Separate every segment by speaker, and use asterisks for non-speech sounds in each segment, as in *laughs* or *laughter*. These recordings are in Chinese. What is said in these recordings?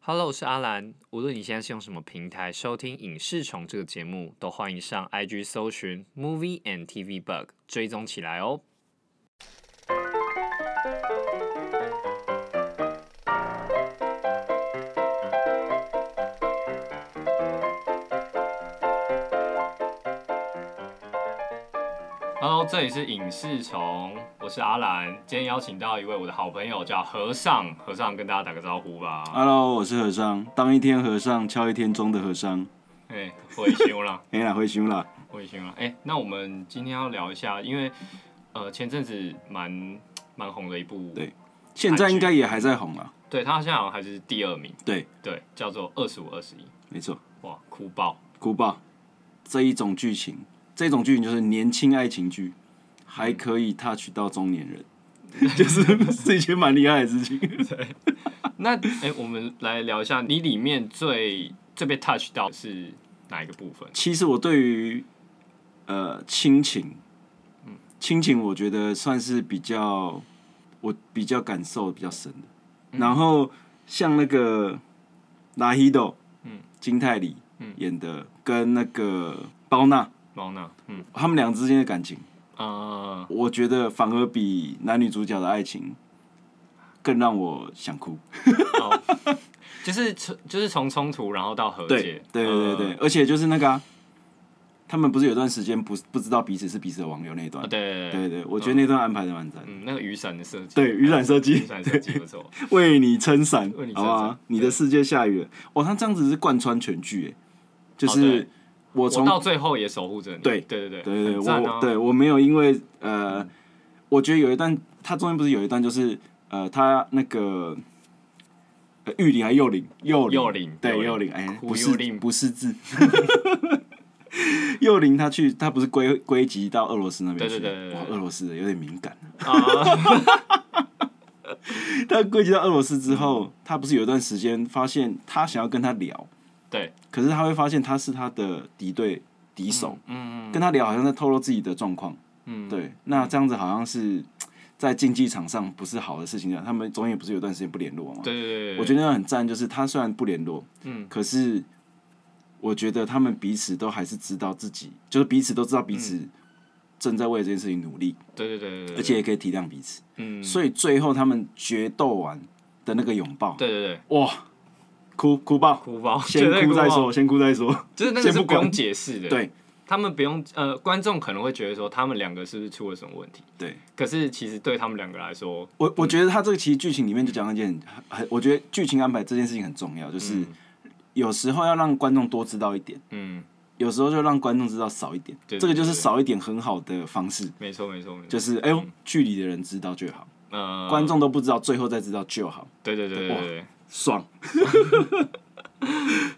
Speaker 1: Hello，我是阿兰。无论你现在是用什么平台收听《影视虫》这个节目，都欢迎上 IG 搜寻 Movie and TV Bug 追踪起来哦。Hello，这里是影视虫，我是阿兰。今天邀请到一位我的好朋友，叫和尚。和尚跟大家打个招呼吧。
Speaker 2: Hello，我是和尚，当一天和尚敲一天钟的和尚，
Speaker 1: 哎、我已修了，
Speaker 2: 哎呀，回胸啦，
Speaker 1: *laughs* 我已修了。哎、那我们今天要聊一下，因为呃前阵子蛮蛮红的一部，
Speaker 2: 对现在应该也还在红啊，
Speaker 1: 对他现在好像还是第二名，
Speaker 2: 对，
Speaker 1: 对，叫做二十五二十一，
Speaker 2: 没错，
Speaker 1: 哇，哭爆！
Speaker 2: 古堡这一种剧情，这一种剧情就是年轻爱情剧，还可以 touch 到中年人， *laughs* 就是是一件蛮厉害的事情。
Speaker 1: 那哎、我们来聊一下，你里面最最被 touch 到的是哪一个部分？
Speaker 2: 其实我对于呃亲情，嗯亲情我觉得算是比较我比较感受比较深的。
Speaker 1: 嗯
Speaker 2: 然后像那个拉希豆，嗯，金泰梨
Speaker 1: 嗯
Speaker 2: 演的，跟那个包娜，
Speaker 1: 猫娜，嗯
Speaker 2: 他们俩之间的感情，
Speaker 1: 啊、呃，
Speaker 2: 我觉得反而比男女主角的爱情更让我想哭。
Speaker 1: 就是从就是从冲突然后到和
Speaker 2: 对
Speaker 1: 解，嗯
Speaker 2: 对对对对，而且就是那个、啊，他们不是有段时间不不知道彼此是彼此的网友那一段
Speaker 1: 呃，啊，对对
Speaker 2: 对对，我觉得那段安排的蛮赞的。
Speaker 1: 嗯，那个雨伞的设计，
Speaker 2: 对雨伞设计
Speaker 1: *laughs* 雨伞设计不错，
Speaker 2: 为你撑伞
Speaker 1: 为你，撑伞
Speaker 2: 好吗？
Speaker 1: 对
Speaker 2: 你的世界下雨了。哦，他这样子是贯穿全剧，哎，就
Speaker 1: 哦
Speaker 2: 是
Speaker 1: 对
Speaker 2: *laughs* 我
Speaker 1: 我
Speaker 2: 从
Speaker 1: 到最后也守护着你，
Speaker 2: 对
Speaker 1: 对对
Speaker 2: 对对
Speaker 1: 很
Speaker 2: 对，
Speaker 1: 赞
Speaker 2: 我
Speaker 1: 啊，
Speaker 2: 对我没有因为呃，我觉得有一段，他中间不是有一段就是呃，他那个呃玉林还幼林幼
Speaker 1: 幼林
Speaker 2: 对
Speaker 1: 幼
Speaker 2: 幼
Speaker 1: 林
Speaker 2: 林，哎，
Speaker 1: 哭
Speaker 2: 不
Speaker 1: 幼
Speaker 2: 是
Speaker 1: 林
Speaker 2: 不是字。 *laughs* 幼林他去，他不是归归集到俄罗斯那边
Speaker 1: 对
Speaker 2: 去？
Speaker 1: 对对对
Speaker 2: 哇
Speaker 1: 对，对
Speaker 2: 俄罗斯的有点敏感。
Speaker 1: 啊，
Speaker 2: *laughs*
Speaker 1: 嗯
Speaker 2: 他归集到俄罗斯之后，他不是有一段时间发现他想要跟他聊，
Speaker 1: 对，
Speaker 2: 可是他会发现他是他的敌对敌手，
Speaker 1: 嗯，
Speaker 2: 跟他聊好像在透露自己的状况。
Speaker 1: 嗯
Speaker 2: 对，那这样子好像是在竞技场上不是好的事情啊。他们中间不是有段时间不联络嘛？
Speaker 1: 对对对对，
Speaker 2: 我觉得那很赞，就是他虽然不联络，
Speaker 1: 嗯，
Speaker 2: 可是我觉得他们彼此都还是知道自己，就是彼此都知道彼此正在为这件事情努力，
Speaker 1: 对对对对对，
Speaker 2: 而且也可以体谅彼此。
Speaker 1: 嗯，
Speaker 2: 所以最后他们决斗完的那个拥抱，
Speaker 1: 对对对，
Speaker 2: 哇，哭哭爆，
Speaker 1: 哭 *laughs* 包，
Speaker 2: 先
Speaker 1: 绝对
Speaker 2: 哭再
Speaker 1: 包
Speaker 2: 说，先哭再说。
Speaker 1: 就是那个是
Speaker 2: 先
Speaker 1: 不
Speaker 2: 不管
Speaker 1: 用解释的，
Speaker 2: 对，
Speaker 1: 他们不用呃，观众可能会觉得说他们两个是不是出了什么问题，
Speaker 2: 对，
Speaker 1: 可是其实对他们两个来说，
Speaker 2: 我我觉得他这个其实剧情里面就讲到一件很很，我觉得剧情安排这件事情很重要，就是有时候要让观众多知道一点，
Speaker 1: 嗯，
Speaker 2: 有时候就让观众知道少一点，
Speaker 1: 对
Speaker 2: 这个就是
Speaker 1: 对对嗯
Speaker 2: 少一点很好的方式，
Speaker 1: 没错没错，没错
Speaker 2: 就是哎呦，距离的人知道就好，
Speaker 1: 呃，
Speaker 2: 观众都不知道，最后再知道就好，
Speaker 1: 对对对对对对， *laughs*
Speaker 2: 爽，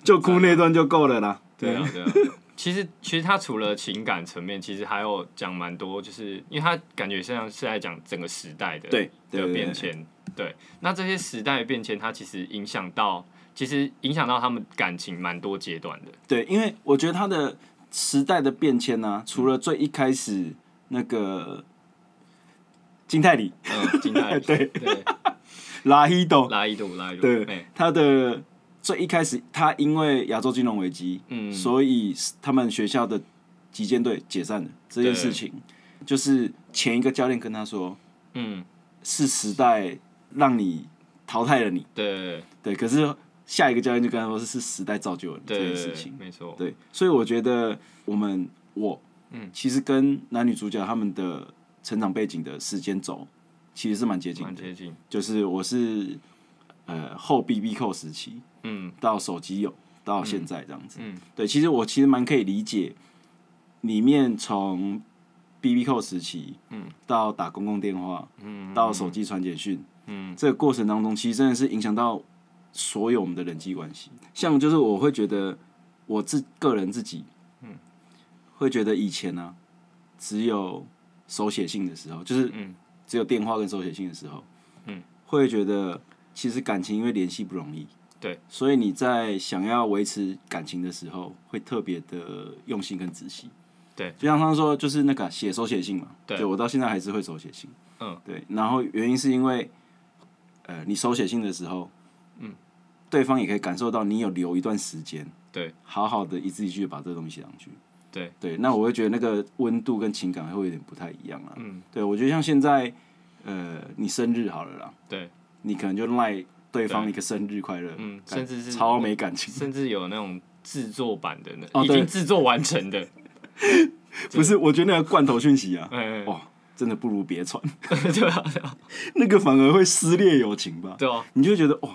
Speaker 2: 就哭那段就够了啦。
Speaker 1: *laughs* 对啊，对啊。其实，其实他除了情感层面，其实还有讲蛮多，就是因为他感觉像是在讲整个时代的
Speaker 2: 对对
Speaker 1: 的
Speaker 2: 对
Speaker 1: 啊变
Speaker 2: 对
Speaker 1: 迁。对，那这些时代的变迁，它其实影响到，其实影响到他们感情蛮多阶段的。
Speaker 2: 对，因为我觉得他的时代的变迁呢、除了最一开始那个金泰里、
Speaker 1: 嗯，近代
Speaker 2: *laughs* 对
Speaker 1: 对，
Speaker 2: 拉希斗。
Speaker 1: 拉一度拉一度，
Speaker 2: 对
Speaker 1: 哎，
Speaker 2: 他的最一开始，他因为亚洲金融危机，
Speaker 1: 嗯
Speaker 2: 所以他们学校的击剑队解散了这件事情，就是前一个教练跟他说，
Speaker 1: 嗯，
Speaker 2: 是时代让你淘汰了你，
Speaker 1: 对
Speaker 2: 对，可是下一个教练就跟他说是是时代造就了你
Speaker 1: 对
Speaker 2: 这
Speaker 1: 对
Speaker 2: 件
Speaker 1: 对
Speaker 2: 事
Speaker 1: 对，
Speaker 2: 情，
Speaker 1: 没错，
Speaker 2: 对，所以我觉得我们我，嗯，其实跟男女主角他们的成长背景的时间轴其实是蛮接近
Speaker 1: 蛮
Speaker 2: 的，
Speaker 1: 接近。
Speaker 2: 就是我是呃后 B B 扣时期，
Speaker 1: 嗯，
Speaker 2: 到手机有到现在这样子。
Speaker 1: 嗯嗯
Speaker 2: 对，其实我其实蛮可以理解，里面从 B B 扣时期，嗯，到打公共电话，嗯，到手机传简讯，嗯，这个过程当中，其实真的是影响到所有我们的人际关系。像就是我会觉得我自个人自己，嗯，会觉得以前呢、只有手写信的时候，就是
Speaker 1: 嗯
Speaker 2: 只有电话跟手写信的时候，嗯，会觉得其实感情因为联系不容易，所以你在想要维持感情的时候，会特别的用心跟仔细。
Speaker 1: 对，
Speaker 2: 就像他说，就是那个写手写信嘛。
Speaker 1: 对
Speaker 2: 我到现在还是会手写信。
Speaker 1: 嗯，
Speaker 2: 对。然后原因是因为，呃，你手写信的时候，嗯，对方也可以感受到你有留一段时间，
Speaker 1: 对，
Speaker 2: 好好的一字一句地把这东西写上去。
Speaker 1: 对
Speaker 2: 对，那我会觉得那个温度跟情感会有点不太一样啊。嗯，对我觉得像现在，呃，你生日好了啦，
Speaker 1: 对，
Speaker 2: 你可能就赖对方
Speaker 1: 对
Speaker 2: 一个生日快乐，
Speaker 1: 嗯
Speaker 2: 干
Speaker 1: 甚至是
Speaker 2: 超没感情。
Speaker 1: 甚至有那种制作版的呢，
Speaker 2: 哦
Speaker 1: 已
Speaker 2: 对
Speaker 1: 经制作完成的，
Speaker 2: 不是，我觉得那个罐头讯息
Speaker 1: *laughs*
Speaker 2: 啊，
Speaker 1: 哎，
Speaker 2: 哇，真的不如别传， *laughs*
Speaker 1: 对啊，对啊
Speaker 2: 那个反而会撕裂友情吧？
Speaker 1: 对啊，
Speaker 2: 你就觉得哇，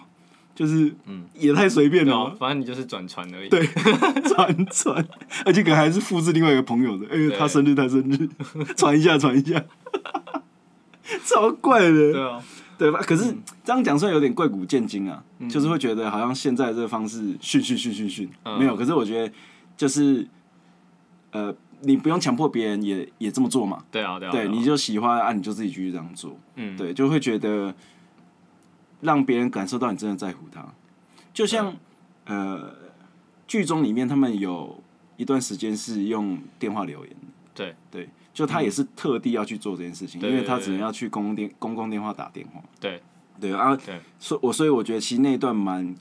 Speaker 2: 就是嗯，也太随便
Speaker 1: 对
Speaker 2: 了
Speaker 1: 啊
Speaker 2: 吧，，
Speaker 1: 反正你就是转传而已。
Speaker 2: 对，传传，而且可能还是复制另外一个朋友的，哎、
Speaker 1: 对
Speaker 2: 他生日，他生日，传一下，传一下， *laughs* 超怪的，
Speaker 1: 对啊，
Speaker 2: 对吧？可是、这样讲出来有点贵古见今啊，就是会觉得好像现在这个方式训训训训训
Speaker 1: 嗯
Speaker 2: 没有。可是我觉得就是呃，你不用强迫别人也也这么做嘛，
Speaker 1: 对啊，对啊，
Speaker 2: 对，
Speaker 1: 啊
Speaker 2: 你就喜欢啊，你就自己继续这样做，
Speaker 1: 嗯，
Speaker 2: 对，就会觉得让别人感受到你真的在乎他。就像呃，剧中里面他们有一段时间是用电话留言的，
Speaker 1: 对
Speaker 2: 对，就他也是特地要去做这件事情，
Speaker 1: 对
Speaker 2: 因为他
Speaker 1: 对对
Speaker 2: 只能要去公共电公共电话打电话，
Speaker 1: 对
Speaker 2: 对啊，
Speaker 1: 对
Speaker 2: 所以我所以我觉得其实那一段蛮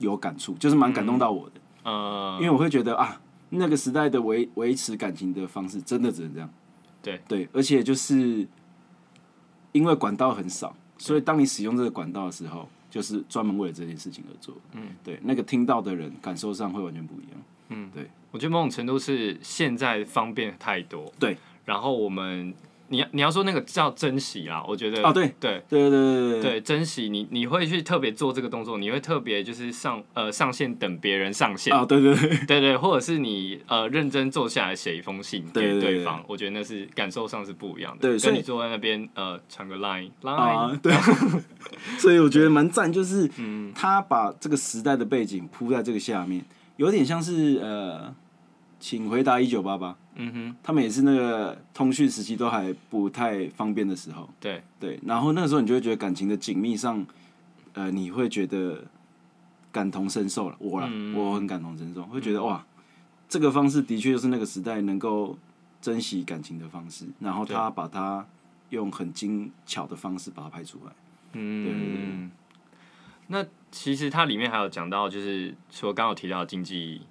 Speaker 2: 有感触，就是蛮感动到我的，
Speaker 1: 呃，
Speaker 2: 因为我会觉得啊，那个时代的维维持感情的方式真的只能这样。
Speaker 1: 对
Speaker 2: 对，而且就是因为管道很少，所以当你使用这个管道的时候，就是专门为了这件事情而做。嗯，对，那个听到的人感受上会完全不一样。
Speaker 1: 我觉得某种程度是现在方便太多，
Speaker 2: 对，
Speaker 1: 然后我们你要你要说那个叫珍惜啦，我觉得
Speaker 2: 哦对
Speaker 1: 对
Speaker 2: 对对对对
Speaker 1: 对，珍惜你你会去特别做这个动作，你会特别就是上呃上线等别人上线，
Speaker 2: 啊，对对对，
Speaker 1: 对对，或者是你呃认真坐下来写一封信
Speaker 2: 对
Speaker 1: 给
Speaker 2: 对
Speaker 1: 对
Speaker 2: 对
Speaker 1: 方，我觉得那是感受上是不一样的，
Speaker 2: 对所以
Speaker 1: 跟你坐在那边呃传个 line line，、
Speaker 2: 啊，嗯对， *laughs* 所以我觉得蛮赞，就是他把这个时代的背景铺在这个下面，有点像是呃，请回答一九八八，
Speaker 1: 嗯哼，
Speaker 2: 他们也是那个通讯时期都还不太方便的时候，
Speaker 1: 对
Speaker 2: 对，然后那个时候你就会觉得感情的紧密上，呃，你会觉得感同身受了。我啦，我很感同身受，会觉得、哇，这个方式的确就是那个时代能够珍惜感情的方式，然后他把它用很精巧的方式把它拍出来。对对对
Speaker 1: 嗯，那其实它里面还有讲到，就是说刚刚有提到经济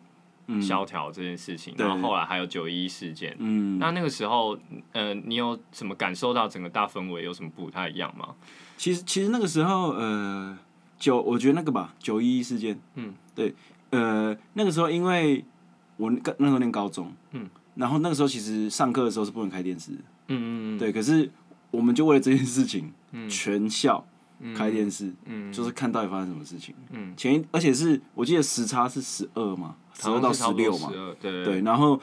Speaker 1: 萧条这件事情，
Speaker 2: 嗯对
Speaker 1: 然后后来还有九一一事件。
Speaker 2: 嗯，
Speaker 1: 那那个时候，呃，你有什么感受到整个大氛围有什么不太一样吗？
Speaker 2: 其实其实那个时候，呃，九，我觉得那个吧，九一一事件，
Speaker 1: 嗯，
Speaker 2: 对，呃，那个时候因为我那那时候念高中，
Speaker 1: 嗯，
Speaker 2: 然后那个时候其实上课的时候是不能开电视的。
Speaker 1: 嗯嗯
Speaker 2: 对，可是我们就为了这件事情，全校开电视，
Speaker 1: 嗯
Speaker 2: 就是看到底发生什么事情。
Speaker 1: 嗯，
Speaker 2: 前一而且是我记得时差是十二嘛，十二到十六嘛，
Speaker 1: 12对对对，
Speaker 2: 对，然后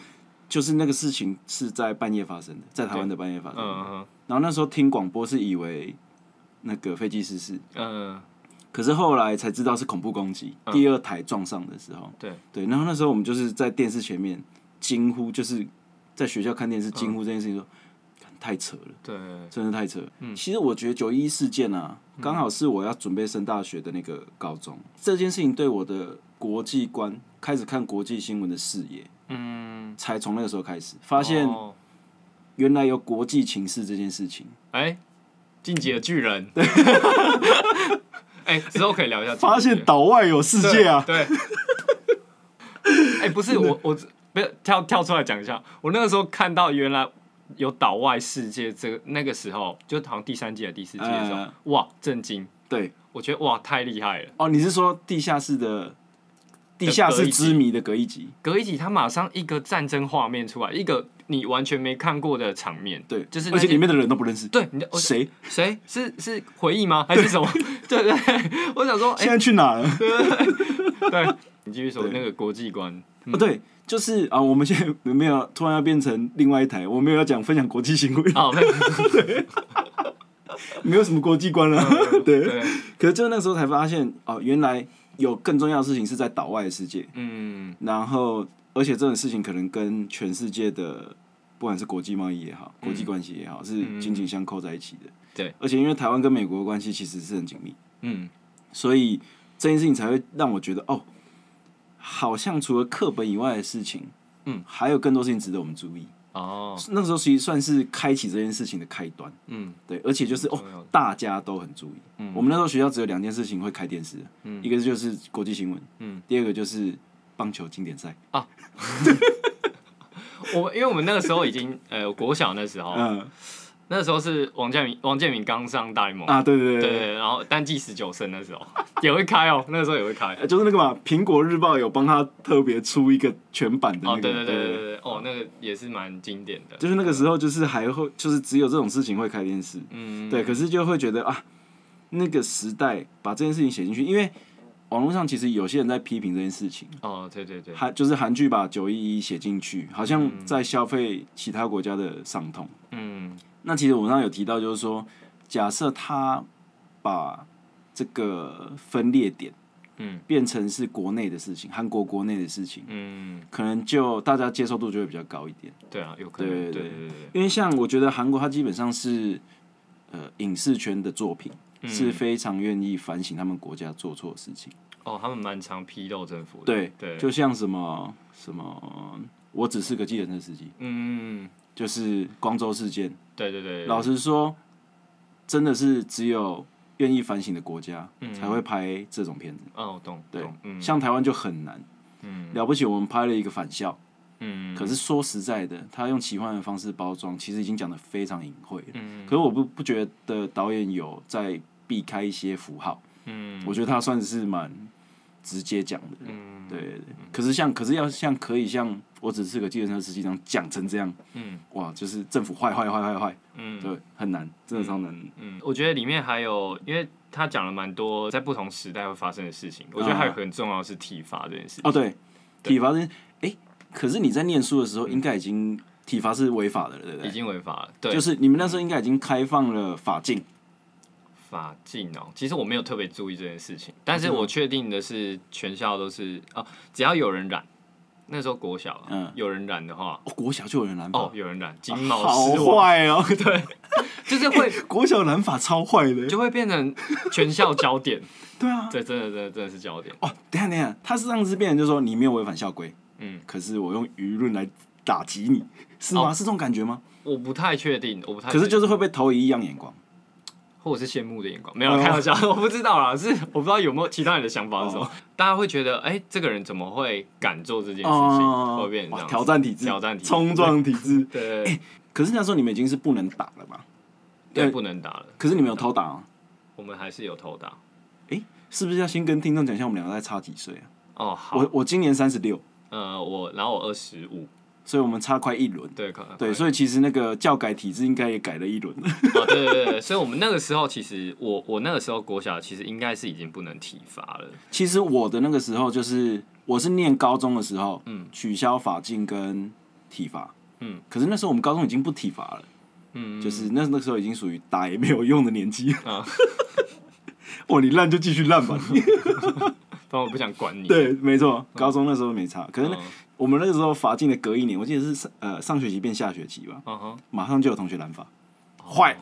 Speaker 2: 就是那个事情是在半夜发生的，在台湾的半夜发生的。
Speaker 1: 嗯
Speaker 2: 然后那时候听广播是以为那个飞机失事，
Speaker 1: 嗯嗯，
Speaker 2: 可是后来才知道是恐怖攻击，第二台撞上的时候，
Speaker 1: 对
Speaker 2: 对，然后那时候我们就是在电视前面惊呼，就是在学校看电视惊呼这件事情说，干太扯了。
Speaker 1: 对，
Speaker 2: 真的太扯。
Speaker 1: 嗯
Speaker 2: 其实我觉得九一事件啊，刚好是我要准备升大学的那个高中，这件事情对我的国际观开始看国际新闻的视野，
Speaker 1: 嗯，
Speaker 2: 才从那个时候开始发现
Speaker 1: 哦
Speaker 2: 原来有国际情势这件事情。
Speaker 1: 哎，进击的巨人， *laughs* 哎，之后可以聊一下进击的巨人。
Speaker 2: 岛外有世啊
Speaker 1: 对！对。 *laughs* 哎、不是我，我不要跳跳出来讲一下。我那个时候看到原来有岛外世界这个那个时候，就好像第三季还是第四季的时候，
Speaker 2: 嗯
Speaker 1: 哇，震惊！
Speaker 2: 对
Speaker 1: 我觉得哇，太厉害了。
Speaker 2: 哦，你是说地下室的地下室之谜的隔一集？
Speaker 1: 隔一集，他马上一个战争画面出来，一个你完全没看过的场面。
Speaker 2: 对，
Speaker 1: 就是那
Speaker 2: 而且
Speaker 1: 些
Speaker 2: 里面的人都不认识，
Speaker 1: 对你的我
Speaker 2: 谁
Speaker 1: 谁是是回忆吗？还是什么？ *laughs* 对对对，我想说，哎、
Speaker 2: 现在去哪了？
Speaker 1: 对，你继续说
Speaker 2: 对
Speaker 1: 那个国际观。
Speaker 2: 哦，对，就是啊，我们现在没有突然要变成另外一台，我没有要讲分享国际新闻， *laughs*
Speaker 1: 哦，没有
Speaker 2: 没有什么国际观了、 *laughs*
Speaker 1: 嗯
Speaker 2: 对，
Speaker 1: 对，
Speaker 2: 可是就那时候才发现，哦，原来有更重要的事情是在岛外的世界，
Speaker 1: 嗯，
Speaker 2: 然后而且这种事情可能跟全世界的不管是国际贸易也好，国际关系也好，是紧紧相扣在一起的。
Speaker 1: 嗯对，
Speaker 2: 而且因为台湾跟美国的关系其实是很紧密，
Speaker 1: 嗯，
Speaker 2: 所以这件事情才会让我觉得，哦，好像除了课本以外的事情，
Speaker 1: 嗯，
Speaker 2: 还有更多事情值得我们注意。
Speaker 1: 哦，
Speaker 2: 那时候其实算是开启这件事情的开端。
Speaker 1: 嗯
Speaker 2: 对，而且就是
Speaker 1: 重要嗯
Speaker 2: 哦，大家都很注意。我们那时候学校只有两件事情会开电视，一个就是国际新闻，
Speaker 1: 嗯
Speaker 2: 第二个就是棒球经典赛。
Speaker 1: 我因为我们那个时候已经呃国小那时候，
Speaker 2: 嗯
Speaker 1: 那时候是王建民王建民刚上大联盟，
Speaker 2: 啊，对对
Speaker 1: 对
Speaker 2: 对
Speaker 1: 对，然后单季十九胜那时候也会开哦，那个时候也会
Speaker 2: *laughs*
Speaker 1: 开。
Speaker 2: 呃就是那个嘛，《苹果日报》有帮他特别出一个全版的那
Speaker 1: 哦，
Speaker 2: 个，
Speaker 1: 对对对对对对，哦，那个也是蛮经典的。
Speaker 2: 就是那个时候，就是还会，就是只有这种事情会开电视，
Speaker 1: 嗯，
Speaker 2: 对。可是就会觉得啊，那个时代把这件事情写进去，因为网络上其实有些人在批评这件事情，
Speaker 1: 哦，对对对，
Speaker 2: 韩就是韩剧把九一一写进去，好像在消费其他国家的伤痛。
Speaker 1: 嗯
Speaker 2: 那其实我们刚刚有提到，就是说，假设他把这个分裂点
Speaker 1: 嗯
Speaker 2: 变成是国内的事情，韩国国内的事情。
Speaker 1: 嗯，
Speaker 2: 可能就大家接受度就会比较高一点。
Speaker 1: 对啊，有可能，对
Speaker 2: 对对
Speaker 1: 对对对，
Speaker 2: 因为像我觉得韩国它基本上是呃影视圈的作品，
Speaker 1: 嗯
Speaker 2: 是非常愿意反省他们国家做错的事情。
Speaker 1: 哦，他们蛮常批斗政府的，
Speaker 2: 对，
Speaker 1: 对，
Speaker 2: 就像什么什么，我只是个计程车司机，
Speaker 1: 嗯，
Speaker 2: 就是光州事件。
Speaker 1: 对对对，
Speaker 2: 老实说，真的是只有愿意反省的国家才会拍这种片子。
Speaker 1: 哦，我懂，嗯
Speaker 2: 对
Speaker 1: 懂，，嗯
Speaker 2: 像台湾就很难。
Speaker 1: 嗯
Speaker 2: 了不起，我们拍了一个返校。
Speaker 1: 嗯，
Speaker 2: 可是说实在的，他用奇幻的方式包装，其实已经讲的非常隐晦了。
Speaker 1: 嗯
Speaker 2: 可是我不不觉得导演有在避开一些符号，
Speaker 1: 嗯
Speaker 2: 我觉得他算是蛮直接讲的。
Speaker 1: 嗯
Speaker 2: 对对对。可是像，可是要像可以像我只是个计程车司机这样讲成这样，
Speaker 1: 嗯
Speaker 2: 哇，就是政府坏坏坏坏坏，
Speaker 1: 嗯
Speaker 2: 对，很难，真的超难。
Speaker 1: 嗯，我觉得里面还有，因为他讲了蛮多在不同时代会发生的事情，我觉得
Speaker 2: 嗯
Speaker 1: 还有很重要的是体罚这件事。
Speaker 2: 哦，对，体罚这件，哎、可是你在念书的时候，应该已经体罚是违法的了，对不
Speaker 1: 嗯已
Speaker 2: 对？
Speaker 1: 经违法了，对，
Speaker 2: 就是你们那时候应该已经开放了法禁，
Speaker 1: 法禁哦、其实我没有特别注意这件事情，但是我确定的是，全校都是哦、只要有人染，那时候国小、啊，
Speaker 2: 嗯
Speaker 1: 有人染的话，
Speaker 2: 哦，国小就有人拦法。
Speaker 1: 哦，有人染金毛
Speaker 2: 好
Speaker 1: 狮王，
Speaker 2: 坏哦！
Speaker 1: 就是会
Speaker 2: *laughs* 国小染法超坏的。
Speaker 1: 就会变成全校焦点， *laughs*
Speaker 2: 对啊，
Speaker 1: 这真的真的真的是焦点，
Speaker 2: 哦，等一下等一下，他是让这边人就说你没有违反校规，
Speaker 1: 嗯，
Speaker 2: 可是我用舆论来打击你，是吗？
Speaker 1: 哦
Speaker 2: 是这种感觉吗？
Speaker 1: 我不太确定，我不太确定，
Speaker 2: 可是就是会被投以异样眼光。
Speaker 1: 或者是羡慕的眼光，没有
Speaker 2: 哦
Speaker 1: 开玩笑， *laughs* 我不知道啦，是我不知道有没有其他人的想法是什么，
Speaker 2: 哦
Speaker 1: 大家会觉得，哎、这个人怎么会敢做这件事情，会变成这
Speaker 2: 哦哇
Speaker 1: 样子
Speaker 2: 挑，战体制，
Speaker 1: 挑战体制
Speaker 2: 冲撞体
Speaker 1: *laughs*
Speaker 2: 制。
Speaker 1: 对，
Speaker 2: 可是那时候你们已经是不能打了吧？
Speaker 1: 对，
Speaker 2: 对
Speaker 1: 不能打了，
Speaker 2: 可是你们有偷打啊？
Speaker 1: 我们还是有偷打，嗯
Speaker 2: 是不是要先跟听众讲一下我们两个在差几岁啊？
Speaker 1: 哦，好，
Speaker 2: 我我今年三十六，
Speaker 1: 呃，我然后我二十五，
Speaker 2: 所以我们差快一轮。
Speaker 1: 对，可能
Speaker 2: 对，所以其实那个教改体制应该也改了一轮。
Speaker 1: 哦，对对对，所以我们那个时候其实我我那个时候国小其实应该是已经不能体罚了，
Speaker 2: 其实我的那个时候就是，我是念高中的时候，取消法禁跟体罚，
Speaker 1: 嗯
Speaker 2: 可是那时候我们高中已经不体罚了，
Speaker 1: 嗯，
Speaker 2: 就是那那时候已经属于打也没有用的年纪
Speaker 1: 啊
Speaker 2: *laughs* 啊。哦，你烂就继续
Speaker 1: *laughs*
Speaker 2: 烂吧。你
Speaker 1: 反正我不想管你，
Speaker 2: 对，没错，高中那时候没差，可是那
Speaker 1: 嗯
Speaker 2: 我们那个时候法禁的隔一年，我记得是上呃上学期变下学期吧，
Speaker 1: 嗯哼，
Speaker 2: 马上就有同学染法，
Speaker 1: 哦
Speaker 2: 坏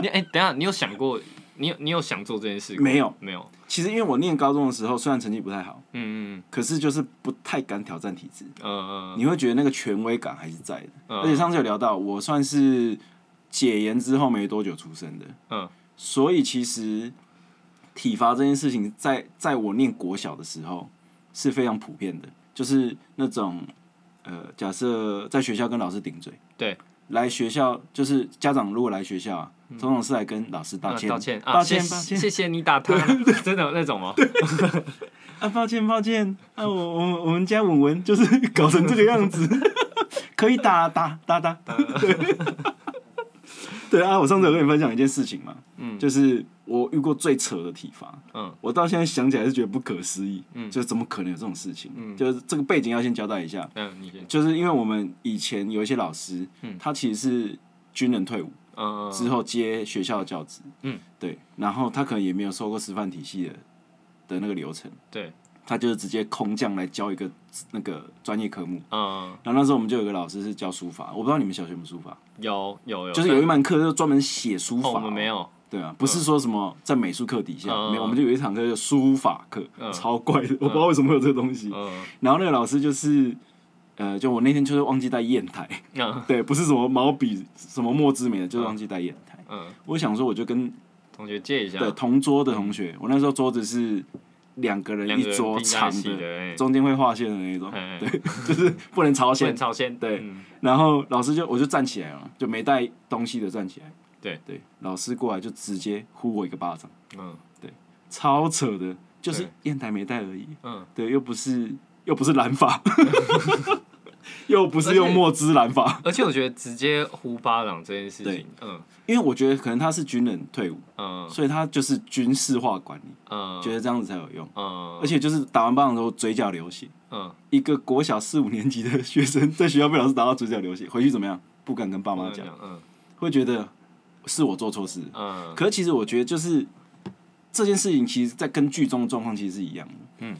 Speaker 1: 你哎、等一下你有想过，你有你有想做这件事
Speaker 2: 没有？
Speaker 1: 没有，
Speaker 2: 其实因为我念高中的时候，虽然成绩不太好，
Speaker 1: 嗯嗯
Speaker 2: 可是就是不太敢挑战体制。
Speaker 1: 嗯呃
Speaker 2: 你会觉得那个权威感还是在的。
Speaker 1: 嗯
Speaker 2: 而且上次有聊到，我算是解严之后没多久出生的，
Speaker 1: 嗯
Speaker 2: 所以其实体罚这件事情在，在我念国小的时候是非常普遍的，就是那种呃，假设在学校跟老师顶嘴，
Speaker 1: 对，
Speaker 2: 来学校就是家长如果来学校啊，通常是来跟老师道歉，
Speaker 1: 嗯啊道歉啊，
Speaker 2: 道歉，
Speaker 1: 谢
Speaker 2: 抱歉，
Speaker 1: 谢谢你打他，真的有那种吗？
Speaker 2: 啊，抱歉抱歉，啊，我我们我们家文文就是搞成这个样子， *laughs* 可以打打打打， *laughs* 对对啊，我上次有跟你分享一件事情嘛，嗯，就是我遇过最扯的体罚，
Speaker 1: 嗯，
Speaker 2: 我到现在想起来是觉得不可思议，嗯，就是怎么可能有这种事情，嗯，就是这个背景要先交代一下，
Speaker 1: 嗯，你先，
Speaker 2: 就是因为我们以前有一些老师，嗯，他其实是军人退伍，
Speaker 1: 嗯
Speaker 2: 之后接学校的教职，
Speaker 1: 嗯，
Speaker 2: 对，然后他可能也没有受过师范体系的的那个流程，
Speaker 1: 对，
Speaker 2: 他就是直接空降来教一个那个专业科目。
Speaker 1: 嗯，
Speaker 2: 然后那时候我们就有个老师是教书法，我不知道你们小学有没有书法，
Speaker 1: 有有有，
Speaker 2: 就是有一门课就专门写书
Speaker 1: 但哦，我
Speaker 2: 法、
Speaker 1: 们没，有，
Speaker 2: 对啊，不是说什么在美术课底下，
Speaker 1: 嗯
Speaker 2: 没有，我们就有一堂课叫书法课，超怪的，我不知道为什么会有这个东西。
Speaker 1: 嗯
Speaker 2: 然后那个老师就是呃，就我那天就是忘记带砚台， *laughs*
Speaker 1: 嗯
Speaker 2: 对，不是什么毛笔、什么墨汁没的，就是忘记带砚台。
Speaker 1: 嗯，
Speaker 2: 我想说，我就跟
Speaker 1: 同学借一下，
Speaker 2: 对同桌的同学，我那时候桌子是两个人
Speaker 1: 两个
Speaker 2: 一
Speaker 1: 人
Speaker 2: 桌
Speaker 1: 并在
Speaker 2: 长
Speaker 1: 一起
Speaker 2: 的，
Speaker 1: 的，哎
Speaker 2: 中间会划线的那一种，
Speaker 1: 哎
Speaker 2: 对，就是不能超
Speaker 1: 不
Speaker 2: 线
Speaker 1: 能。超先，
Speaker 2: 对
Speaker 1: 嗯，
Speaker 2: 然后老师就我就站起来了，就没带东西的站起来。
Speaker 1: 对
Speaker 2: 对，老师过来就直接呼我一个巴掌，
Speaker 1: 嗯
Speaker 2: 超扯的，就是
Speaker 1: 对
Speaker 2: 砚台没带而已。
Speaker 1: 嗯，
Speaker 2: 对，又不是又不是染法，
Speaker 1: *laughs*
Speaker 2: 又不是用墨汁染法，
Speaker 1: 而且我觉得直接呼巴掌这件事
Speaker 2: 对
Speaker 1: 情，嗯
Speaker 2: 因为我觉得可能他是军人退伍，
Speaker 1: 嗯
Speaker 2: 所以他就是军事化管理，
Speaker 1: 嗯
Speaker 2: 觉得这样子才有用。
Speaker 1: 嗯
Speaker 2: 而且就是打完巴掌之后嘴角流血，
Speaker 1: 嗯，
Speaker 2: 一个国小四五年级的学生在学校被老师打到嘴角流血，回去怎么样？不敢跟爸妈
Speaker 1: 嗯
Speaker 2: 讲，，
Speaker 1: 嗯
Speaker 2: 会觉得是我做错事了。
Speaker 1: 嗯
Speaker 2: 可是其实我觉得就是这件事情，其实在跟剧中的状况其实是一样的。
Speaker 1: 嗯，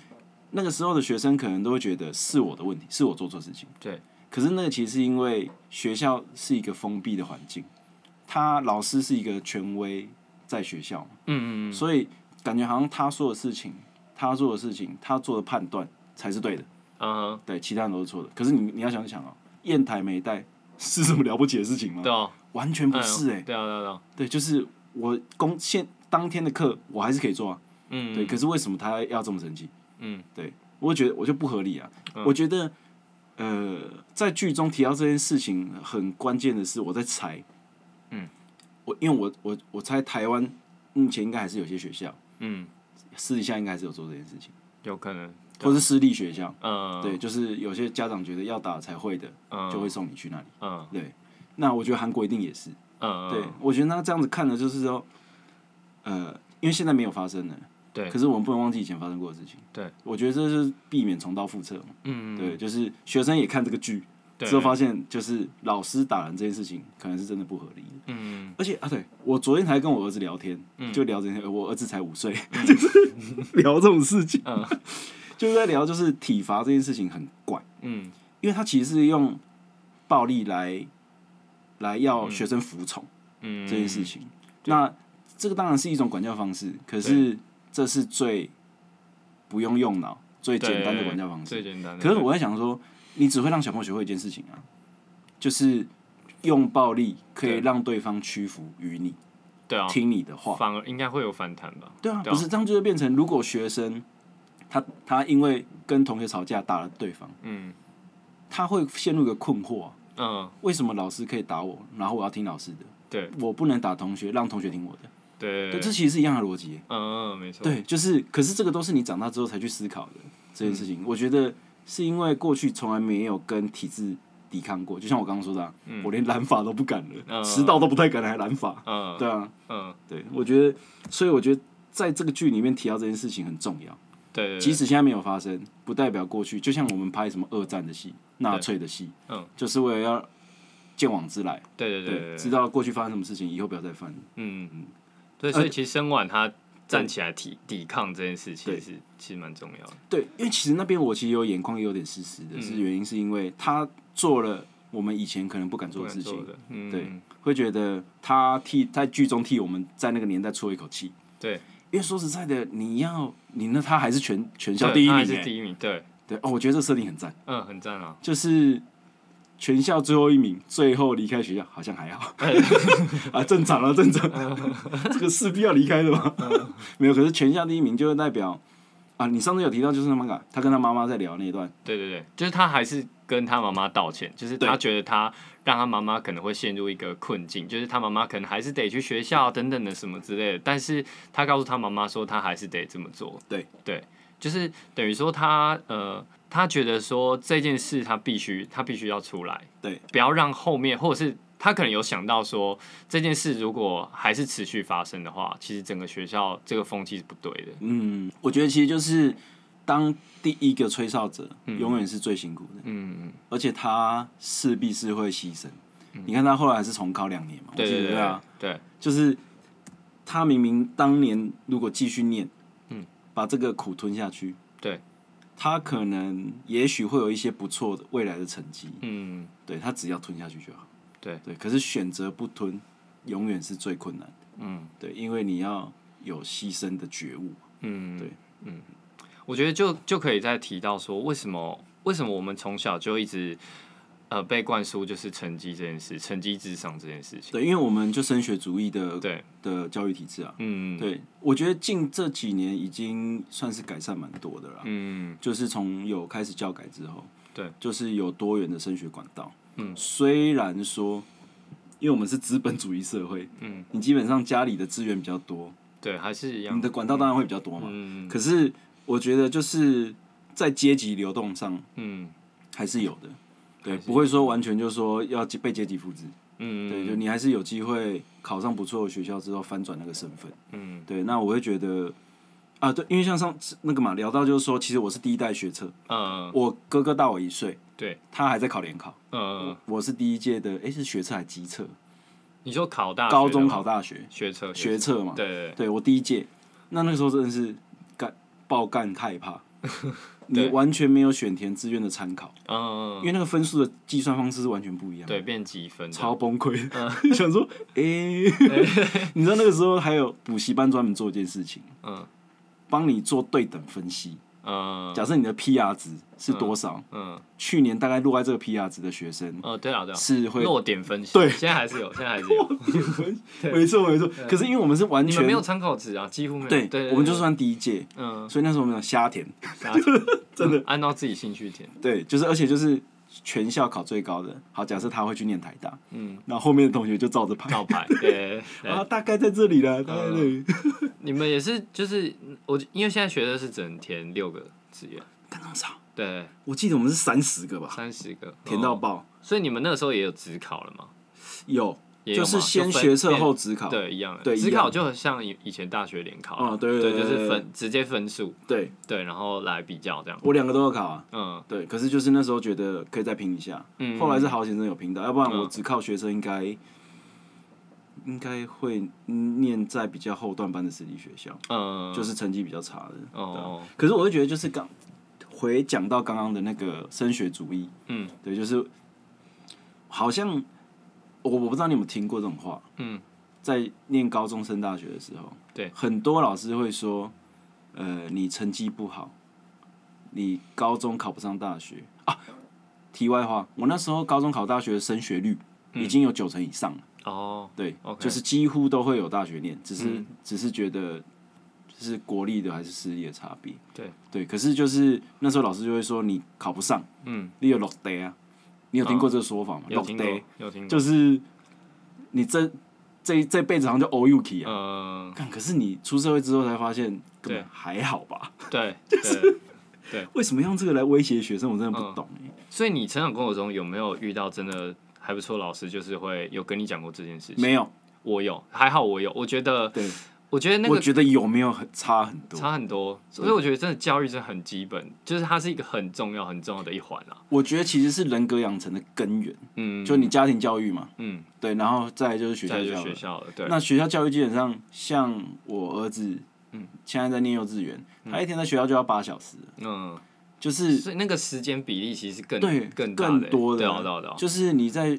Speaker 2: 那个时候的学生可能都会觉得是我的问题，是我做错事情。
Speaker 1: 对。
Speaker 2: 可是那个其实是因为学校是一个封闭的环境，他老师是一个权威在学校嘛，
Speaker 1: 嗯嗯
Speaker 2: 所以感觉好像他说的事情，他做的事情，他做的判断才是对的，
Speaker 1: 嗯，
Speaker 2: 对，其他人都是错的。可是你你要想想哦，砚台没带是什么了不起的事情吗？
Speaker 1: 对哦，
Speaker 2: 完全不是哎、
Speaker 1: 嗯对啊对啊对啊，
Speaker 2: 对，就是我公现当天的课我还是可以做啊，
Speaker 1: 嗯
Speaker 2: 对。可是为什么他要这么生气？
Speaker 1: 嗯，
Speaker 2: 对，我觉得我就不合理啊。
Speaker 1: 嗯
Speaker 2: 我觉得，呃，在剧中提到这件事情很关键的是，我在猜，
Speaker 1: 嗯，
Speaker 2: 我因为我我我猜台湾目前应该还是有些学校
Speaker 1: 嗯，
Speaker 2: 私底下应该还是有做这件事情，
Speaker 1: 有可能，
Speaker 2: 或是私立学校，
Speaker 1: 啊嗯
Speaker 2: 对，就是有些家长觉得要打才会的，
Speaker 1: 嗯
Speaker 2: 就会送你去那里。
Speaker 1: 嗯
Speaker 2: 那我觉得韩国一定也是，
Speaker 1: 嗯
Speaker 2: 对，我觉得他这样子看的就是说，呃，因为现在没有发生了，
Speaker 1: 对
Speaker 2: 可是我们不能忘记以前发生过的事情，
Speaker 1: 对，
Speaker 2: 我觉得这是避免重蹈覆辙嘛，
Speaker 1: 嗯
Speaker 2: 对，就是学生也看这个剧，
Speaker 1: 对
Speaker 2: 之后发现就是老师打人这件事情可能是真的不合理的，
Speaker 1: 嗯
Speaker 2: 而且啊，对我昨天才跟我儿子聊天，就聊这些，我儿子才五岁，就是聊这种事情，
Speaker 1: 嗯
Speaker 2: 就是在聊就是体罚这件事情很怪，
Speaker 1: 嗯
Speaker 2: 因为他其实是用暴力来来要学生服从。
Speaker 1: 嗯
Speaker 2: 这件事，情。那这个当然是一种管教方式，可是这是最不用用脑、最简单的管教方式。
Speaker 1: 最简单的。
Speaker 2: 可是我在想说，你只会让小朋友学会一件事情啊，就是用暴力可以
Speaker 1: 对
Speaker 2: 让对方屈服于你，
Speaker 1: 对啊，
Speaker 2: 听你的话。
Speaker 1: 反而应该会有反弹吧？
Speaker 2: 对啊，
Speaker 1: 对啊
Speaker 2: 不是这样，就会变成如果学生他他因为跟同学吵架打了对方，
Speaker 1: 嗯
Speaker 2: 他会陷入一个困惑啊、
Speaker 1: 嗯，
Speaker 2: 为什么老师可以打我，然后我要听老师的？
Speaker 1: 对，
Speaker 2: 我不能打同学，让同学听我的。
Speaker 1: 对
Speaker 2: 对，这其实是一样的逻辑啊耶、
Speaker 1: 嗯嗯，没错，
Speaker 2: 对，就是，可是这个都是你长大之后才去思考的这件事
Speaker 1: 嗯
Speaker 2: 情。我觉得是因为过去从来没有跟体制抵抗过，就像我刚刚说的、啊，我连染发都不敢了，
Speaker 1: 嗯
Speaker 2: 迟到都不太敢了，还染发。
Speaker 1: 嗯
Speaker 2: 对啊，
Speaker 1: 嗯，
Speaker 2: 对，我觉得，所以我觉得在这个剧里面提到这件事情很重要。
Speaker 1: 对对，
Speaker 2: 即使现在没有发生，不代表过去。就像我们拍什么二战的戏、纳粹的戏，
Speaker 1: 嗯，
Speaker 2: 就是为了要见往之来，
Speaker 1: 对对
Speaker 2: 对，
Speaker 1: 对
Speaker 2: 知
Speaker 1: 对，
Speaker 2: 道过去发生什么事情，以后不要再犯。
Speaker 1: 嗯，对，所以其实生晚他站起来抵抵抗这件事，其实其实蛮重要的。
Speaker 2: 对，因为其实那边我其实有眼眶也有点湿湿的，
Speaker 1: 嗯
Speaker 2: 是原因是因为他做了我们以前可能不敢做
Speaker 1: 不
Speaker 2: 的
Speaker 1: 敢
Speaker 2: 事情
Speaker 1: 做，的，嗯，
Speaker 2: 对，会觉得他替在剧中替我们在那个年代出了一口气。
Speaker 1: 对，
Speaker 2: 因为说实在的，你要你那他还是全全校
Speaker 1: 对
Speaker 2: 第一
Speaker 1: 他还
Speaker 2: 名、
Speaker 1: 是
Speaker 2: 欸，
Speaker 1: 第一名，对，
Speaker 2: 对哦，我觉得这设定很赞，
Speaker 1: 嗯，很赞啊，
Speaker 2: 就是全校最后一名，最后离开学校好像还好
Speaker 1: 哎
Speaker 2: *laughs* 啊，正常啊，
Speaker 1: *laughs*
Speaker 2: 正常，这个势必要离开的嘛，
Speaker 1: 嗯
Speaker 2: *laughs* 没有，可是全校第一名就代表啊，你上次有提到就是那个他跟他妈妈在聊那一段。
Speaker 1: 对对对，就是他还是跟他妈妈道歉，就是他
Speaker 2: 对
Speaker 1: 觉得他让他妈妈可能会陷入一个困境，就是他妈妈可能还是得去学校等等的什么之类的，但是他告诉他妈妈说他还是得这么做，
Speaker 2: 对
Speaker 1: 对，就是等于说他呃，他觉得说这件事他必须他必须要出来，
Speaker 2: 对，
Speaker 1: 不要让后面或者是。他可能有想到说这件事如果还是持续发生的话，其实整个学校这个风气是不对的。
Speaker 2: 嗯，我觉得其实就是当第一个吹哨者，永远是最辛苦的，
Speaker 1: 嗯，嗯
Speaker 2: 而且他势必是会牺牲。你看他后来还是重考两年嘛，
Speaker 1: 对
Speaker 2: 我记
Speaker 1: 对
Speaker 2: 得
Speaker 1: 对
Speaker 2: 啊，
Speaker 1: 对，
Speaker 2: 就是他明明当年如果继续念，嗯，把这个苦吞下去，
Speaker 1: 对，
Speaker 2: 他可能也许会有一些不错的未来的成绩，
Speaker 1: 嗯，
Speaker 2: 对他只要吞下去就好，
Speaker 1: 对
Speaker 2: 对，可是选择不吞，永远是最困难的，
Speaker 1: 嗯，
Speaker 2: 对，因为你要有牺牲的觉悟，
Speaker 1: 嗯，
Speaker 2: 对，
Speaker 1: 嗯，我觉得就就可以再提到说，为什么为什么我们从小就一直呃被灌输就是成绩这件事，成绩至上这件事情？
Speaker 2: 对，因为我们就升学主义的
Speaker 1: 对，
Speaker 2: 的教育体制啊，
Speaker 1: 嗯，，
Speaker 2: 对我觉得近这几年已经算是改善蛮多的啦，
Speaker 1: 嗯，
Speaker 2: 就是从有开始教改之后，
Speaker 1: 对，
Speaker 2: 就是有多元的升学管道，
Speaker 1: 嗯
Speaker 2: 虽然说。因为我们是资本主义社会，
Speaker 1: 嗯，
Speaker 2: 你基本上家里的资源比较多，
Speaker 1: 对，还是一样
Speaker 2: 你的，管道当然会比较多嘛。
Speaker 1: 嗯
Speaker 2: 可是我觉得就是在阶级流动上
Speaker 1: 嗯
Speaker 2: 还是有的，对，
Speaker 1: 还是
Speaker 2: 不会说完全就说要被阶级复制，
Speaker 1: 嗯，
Speaker 2: 对，就你还是有机会考上不错的学校之后翻转那个身份，
Speaker 1: 嗯
Speaker 2: 对，那我会觉得啊，对，因为像上次那个嘛聊到就是说，其实我是第一代学测，
Speaker 1: 呃
Speaker 2: 我哥哥大我一岁，
Speaker 1: 对，
Speaker 2: 他还在考联考，
Speaker 1: 呃，
Speaker 2: 我是第一届的，诶，是学测还机测，
Speaker 1: 你说考大学
Speaker 2: 高中
Speaker 1: 的
Speaker 2: 考
Speaker 1: 吗
Speaker 2: 大学
Speaker 1: 学测
Speaker 2: 学测嘛，
Speaker 1: 对对
Speaker 2: 对我第一届，那那个时候真的是干爆干
Speaker 1: *laughs*
Speaker 2: 害怕，你
Speaker 1: 对
Speaker 2: 完全没有选填志愿的参考，
Speaker 1: 嗯嗯，
Speaker 2: 因
Speaker 1: 嗯
Speaker 2: 为那个分数的计算方式是完全不一样的，
Speaker 1: 对变积分的
Speaker 2: 超崩溃，
Speaker 1: 嗯
Speaker 2: *laughs* 想说，诶，
Speaker 1: 哎
Speaker 2: *laughs* 你知道那个时候还有补习班专门做一件事情，
Speaker 1: 嗯
Speaker 2: 帮你做对等分析，
Speaker 1: 呃
Speaker 2: 假设你的 PR 值是多少，
Speaker 1: 嗯
Speaker 2: 去年大概落在这个 PR 值的学生
Speaker 1: 哦对啊对啊，
Speaker 2: 是会。
Speaker 1: 落点分析
Speaker 2: 对
Speaker 1: 现在还是有，现在还是有，
Speaker 2: 没错没错，可是因为我们是完
Speaker 1: 嗯你
Speaker 2: 全
Speaker 1: 们没有参考值啊，几乎没有，
Speaker 2: 对
Speaker 1: 对，对
Speaker 2: 我们就算第一届，
Speaker 1: 嗯，
Speaker 2: 所以那时候我们有瞎填， *laughs*
Speaker 1: 真的嗯按照自己兴趣填，
Speaker 2: 对，就是而且就是全校考最高的，好，假设他会去念台大，
Speaker 1: 嗯，
Speaker 2: 然后后面的同学就照着排，
Speaker 1: 照牌，对，对嗯
Speaker 2: 啊，大概在这里了，大概在这里，
Speaker 1: 你们也是，就是我因为现在学的是整填六个志愿，
Speaker 2: 干那么少，
Speaker 1: 对，
Speaker 2: *laughs* 我记得我们是三十个吧，
Speaker 1: 三十个
Speaker 2: 填到
Speaker 1: 哦
Speaker 2: 爆，
Speaker 1: 所以你们那个时候也有职考了吗？
Speaker 2: 有，
Speaker 1: 也有
Speaker 2: 就
Speaker 1: 吗
Speaker 2: 是先
Speaker 1: 分
Speaker 2: 学测
Speaker 1: 变
Speaker 2: 后职考，
Speaker 1: 对，一样的。
Speaker 2: 对一
Speaker 1: 职
Speaker 2: 样
Speaker 1: 考就很像以以前大学联考啊
Speaker 2: 哦对
Speaker 1: 对，
Speaker 2: 对对
Speaker 1: 就是
Speaker 2: 对
Speaker 1: 分直接分数，
Speaker 2: 对，
Speaker 1: 对，然后来比较这样。
Speaker 2: 我两个都要考啊。
Speaker 1: 嗯
Speaker 2: 对，可是就是那时候觉得可以再拼一下，
Speaker 1: 嗯
Speaker 2: 后来是好险真的有拼到，要不然我
Speaker 1: 嗯
Speaker 2: 只靠学生应该、应该会念在比较后段班的私立学校，
Speaker 1: 嗯，
Speaker 2: 就是成绩比较差的。啊
Speaker 1: 哦，
Speaker 2: 可是我会觉得，就是刚回讲到刚刚的那个升学主义，
Speaker 1: 嗯，
Speaker 2: 对，就是好像我我不知道你有没有听过这种话，
Speaker 1: 嗯，
Speaker 2: 在念高中升大学的时候，
Speaker 1: 对
Speaker 2: 很多老师会说，呃，你成绩不好，你高中考不上大学啊。题外话，我那时候高中考大学的升学率
Speaker 1: 嗯
Speaker 2: 已经有九成以上了，
Speaker 1: 哦，
Speaker 2: 对
Speaker 1: OK
Speaker 2: 就是几乎都会有大学念，只是、
Speaker 1: 嗯
Speaker 2: 只是觉得就是国立的还是私立的差别。
Speaker 1: 对
Speaker 2: 对，可是就是那时候老师就会说你考不上，
Speaker 1: 嗯，哦
Speaker 2: 你有落地啊，你有听过这个说法吗？
Speaker 1: 有
Speaker 2: 落
Speaker 1: 听过
Speaker 2: 地，
Speaker 1: 有听过，
Speaker 2: 就是你这这这辈子好像就 all you k 啊。
Speaker 1: 嗯，
Speaker 2: 看，可是你出社会之后才发现，根
Speaker 1: 对
Speaker 2: 本还好吧？ *laughs*
Speaker 1: 对，对。嗯
Speaker 2: 为什么用这个来威胁学生？我真的不懂欸、
Speaker 1: 所以你成长过程中有没有遇到真的还不错老师，就是会有跟你讲过这件事情？
Speaker 2: 没有，
Speaker 1: 我有，还好我有，我觉得，
Speaker 2: 对，
Speaker 1: 我觉得那
Speaker 2: 我
Speaker 1: 个
Speaker 2: 觉得有没有很差很多？
Speaker 1: 差很多，所以我觉得真的教育是很基本，就是它是一个很重要、很重要的一环啊啦。
Speaker 2: 我觉得其实是人格养成的根源，
Speaker 1: 嗯，
Speaker 2: 就你家庭教育嘛，
Speaker 1: 嗯，
Speaker 2: 对，然后再来就是学校
Speaker 1: 再来就
Speaker 2: 教育
Speaker 1: 学。校了，对，
Speaker 2: 那学校教育基本上像我儿子，
Speaker 1: 嗯，
Speaker 2: 现在在念幼稚园，他一天在学校就要八小时了，
Speaker 1: 嗯，
Speaker 2: 就是
Speaker 1: 所以那个时间比例其实是更
Speaker 2: 对
Speaker 1: 更大
Speaker 2: 更
Speaker 1: 的欸
Speaker 2: 多
Speaker 1: 对
Speaker 2: 的
Speaker 1: 啊对啊对啊，
Speaker 2: 就是你在，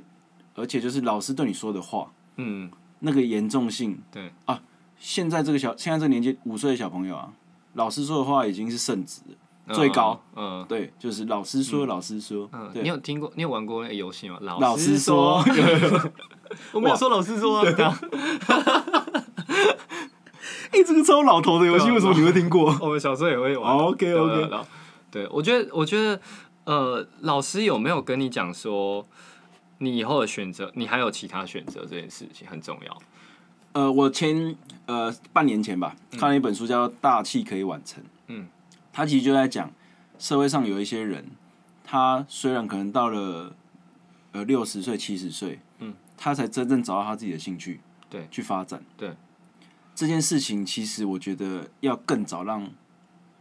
Speaker 2: 而且就是老师对你说的话，
Speaker 1: 嗯，
Speaker 2: 那个严重性，
Speaker 1: 对
Speaker 2: 啊，现在这个小现在这个年纪五岁的小朋友啊，老师说的话已经是圣旨了，最高
Speaker 1: 嗯，
Speaker 2: 对，就是老师说，老师说，
Speaker 1: 嗯嗯，
Speaker 2: 对，
Speaker 1: 你有听过你有玩过那个游戏吗？
Speaker 2: 老
Speaker 1: 师
Speaker 2: 师说，，
Speaker 1: *laughs* 我没有说老师说啊， *laughs* 对啊
Speaker 2: 哎，这个超老头的游戏，
Speaker 1: 对啊
Speaker 2: 为什么你会
Speaker 1: *laughs*
Speaker 2: 听过
Speaker 1: 我们小时候也会玩。
Speaker 2: ？OK
Speaker 1: 对
Speaker 2: OK，
Speaker 1: 对对，我觉得，我觉得，呃，老师有没有跟你讲说，你以后的选择，你还有其他选择这件事情很重要。
Speaker 2: 呃，我前呃半年前吧，看了一本书叫《大器可以晚成》，
Speaker 1: 嗯，
Speaker 2: 他其实就在讲社会上有一些人，他虽然可能到了呃六十岁、七十岁，
Speaker 1: 嗯，
Speaker 2: 他才真正找到他自己的兴趣，
Speaker 1: 对，
Speaker 2: 去发展，
Speaker 1: 对。
Speaker 2: 这件事情其实我觉得要更早让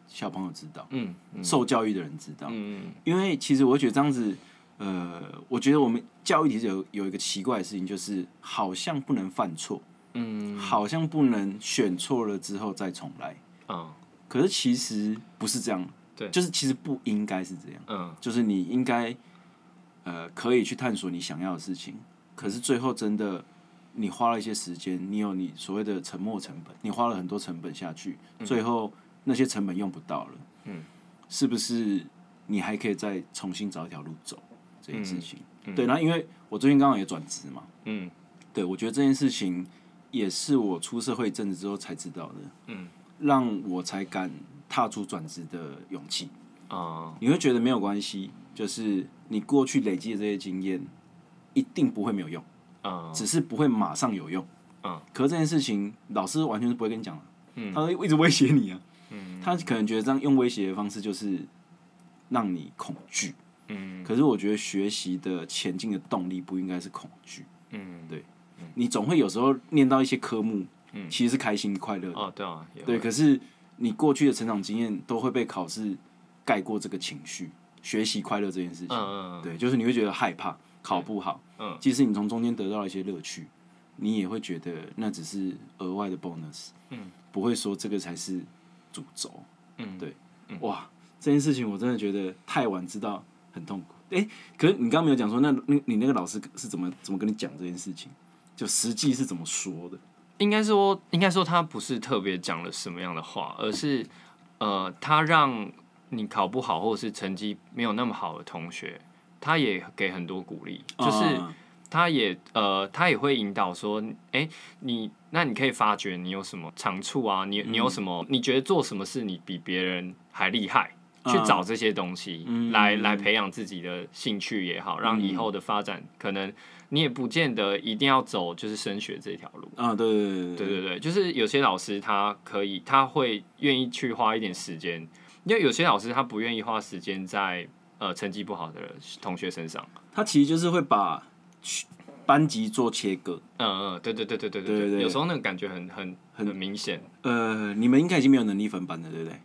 Speaker 2: 小朋友知道，
Speaker 1: 嗯嗯
Speaker 2: 受教育的人知道，
Speaker 1: 嗯
Speaker 2: 因为其实我会觉得这样子，呃，我觉得我们教育体制有有一个奇怪的事情，就是好像不能犯错，
Speaker 1: 嗯
Speaker 2: 好像不能选错了之后再重来，
Speaker 1: 啊
Speaker 2: 可是其实不是这样，
Speaker 1: 对
Speaker 2: 就是其实不应该是这样，
Speaker 1: 嗯
Speaker 2: 就是你应该，呃，可以去探索你想要的事情，可是最后真的你花了一些时间，你有你所谓的沉没成本，你花了很多成本下去，最后那些成本用不到了，
Speaker 1: 嗯，
Speaker 2: 是不是你还可以再重新找一条路走这件事情。对，然后因为我最近刚好也转职嘛，
Speaker 1: 嗯，
Speaker 2: 对我觉得这件事情也是我出社会一阵子之后才知道的，嗯，让我才敢踏出转职的勇气。
Speaker 1: 啊，
Speaker 2: 你会觉得没有关系，就是你过去累积的这些经验，一定不会没有用，
Speaker 1: 啊，
Speaker 2: 只是不会马上有用。
Speaker 1: 嗯，
Speaker 2: 可是这件事情老师完全是不会跟你讲的，嗯，他会一直威胁你啊，嗯，他可能觉得这样用威胁的方式就是让你恐惧，
Speaker 1: 嗯，
Speaker 2: 可是我觉得学习的前进的动力不应该是恐惧，
Speaker 1: 嗯，
Speaker 2: 对，你总会有时候念到一些科目，嗯，其实是开心快乐的，
Speaker 1: 哦，对啊，也
Speaker 2: 对，
Speaker 1: 会
Speaker 2: 可是你过去的成长经验都会被考试盖过这个情绪，学习快乐这件事
Speaker 1: 嗯
Speaker 2: 情，
Speaker 1: 嗯嗯
Speaker 2: 对，就是你会觉得害怕，考不好，
Speaker 1: 嗯，
Speaker 2: 即使你从中间得到了一些乐趣，你也会觉得那只是额外的 bonus，
Speaker 1: 嗯，
Speaker 2: 不会说这个才是主轴，
Speaker 1: 嗯
Speaker 2: 对，哇，这件事情我真的觉得太晚知道很痛苦。哎、可是你刚刚没有讲说，那你你那个老师是怎么怎么跟你讲这件事情？就实际是怎么说的？
Speaker 1: 应该说，应该说他不是特别讲了什么样的话，而是呃，他让你考不好或者是成绩没有那么好的同学，他也给很多鼓励，就是
Speaker 2: 啊
Speaker 1: 他也呃，他也会引导说，哎、你那你可以发掘你有什么长处啊，你
Speaker 2: 嗯
Speaker 1: 你有什么，你觉得做什么事你比别人还厉害。去
Speaker 2: 嗯
Speaker 1: 找这些东西、
Speaker 2: 嗯
Speaker 1: 来来培养自己的兴趣也好，让以
Speaker 2: 嗯
Speaker 1: 后的发展、可能你也不见得一定要走就是升学这条路。
Speaker 2: 啊，对对对
Speaker 1: 对对对，就是有些老师他可以，他会愿意去花一点时间，因为有些老师他不愿意花时间在呃成绩不好的同学身上。
Speaker 2: 他其实就是会把区班级做切割。
Speaker 1: 嗯嗯，对对对对对
Speaker 2: 对
Speaker 1: 对
Speaker 2: 对对
Speaker 1: 有时候那个感觉很很
Speaker 2: 很
Speaker 1: 很明显。
Speaker 2: 呃，你们应该已经没有能力分班了，对不对？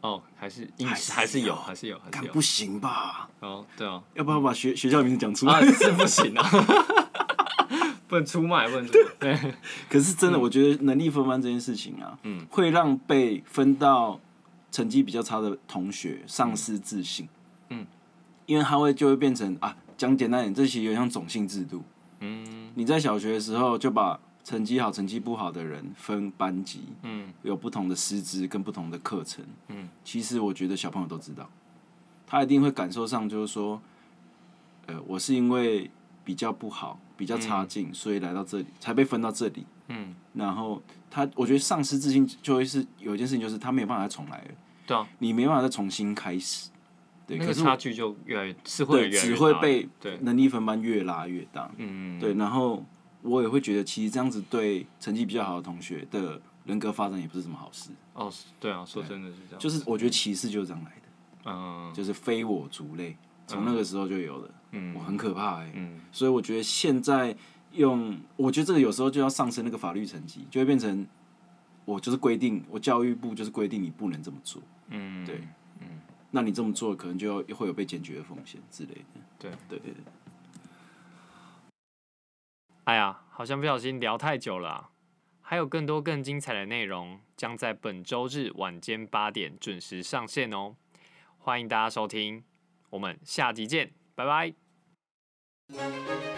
Speaker 1: 哦，还是应
Speaker 2: 还是
Speaker 1: 还是
Speaker 2: 有
Speaker 1: 有，还是有，还
Speaker 2: 看
Speaker 1: 是有
Speaker 2: 不。行吧？
Speaker 1: 哦，对哦，
Speaker 2: 要不要把学学校名字讲出来？
Speaker 1: 啊是不行啊， *laughs* 不能出卖，不能出卖。
Speaker 2: *laughs*
Speaker 1: 对，
Speaker 2: *laughs* 可是真的，我觉得能力分班这件事情啊，嗯，会让被分到成绩比较差的同学丧失自信。
Speaker 1: 嗯，
Speaker 2: 因为他会就会变成啊，讲简单点，这其实有点像种姓制度。
Speaker 1: 嗯
Speaker 2: 你在小学的时候就把成绩好、成绩不好的人分班级，
Speaker 1: 嗯
Speaker 2: 有不同的师资跟不同的课程。
Speaker 1: 嗯，
Speaker 2: 其实我觉得小朋友都知道，他一定会感受上就是说，呃，我是因为比较不好、比较差劲，所以来到这里才被分到这里。
Speaker 1: 嗯，
Speaker 2: 然后他，我觉得丧失自信就会是有一件事情，就是他没有办法再重来了，
Speaker 1: 对啊，
Speaker 2: 你没办法再重新开始。对，
Speaker 1: 那
Speaker 2: 可
Speaker 1: 个
Speaker 2: 是
Speaker 1: 差距就越来越是会
Speaker 2: 对，
Speaker 1: 越来
Speaker 2: 只
Speaker 1: 越
Speaker 2: 会
Speaker 1: 大
Speaker 2: 被
Speaker 1: 对，
Speaker 2: 能力分班越拉越大。
Speaker 1: 嗯
Speaker 2: 对，然后我也会觉得，其实这样子对成绩比较好的同学的人格发展也不是什么好事。
Speaker 1: 哦，对啊，说真的是这样，
Speaker 2: 就是我觉得歧视就是这样来的。
Speaker 1: 嗯
Speaker 2: 就是非我族类，从那个时候就有了。
Speaker 1: 嗯
Speaker 2: 我很可怕哎、
Speaker 1: 嗯
Speaker 2: 所以我觉得现在用，我觉得这个有时候就要上升那个法律层级，就会变成我就是规定，我教育部就是规定你不能这么做，
Speaker 1: 嗯，
Speaker 2: 对那你这么做可能就要会有被检举的风险之类的。
Speaker 1: 对
Speaker 2: 对对对，
Speaker 3: 哎呀，好像不小心聊太久了啊、还有更多更精彩的内容将在本周日晚间八点准时上线哦，欢迎大家收听，我们下集见，拜拜。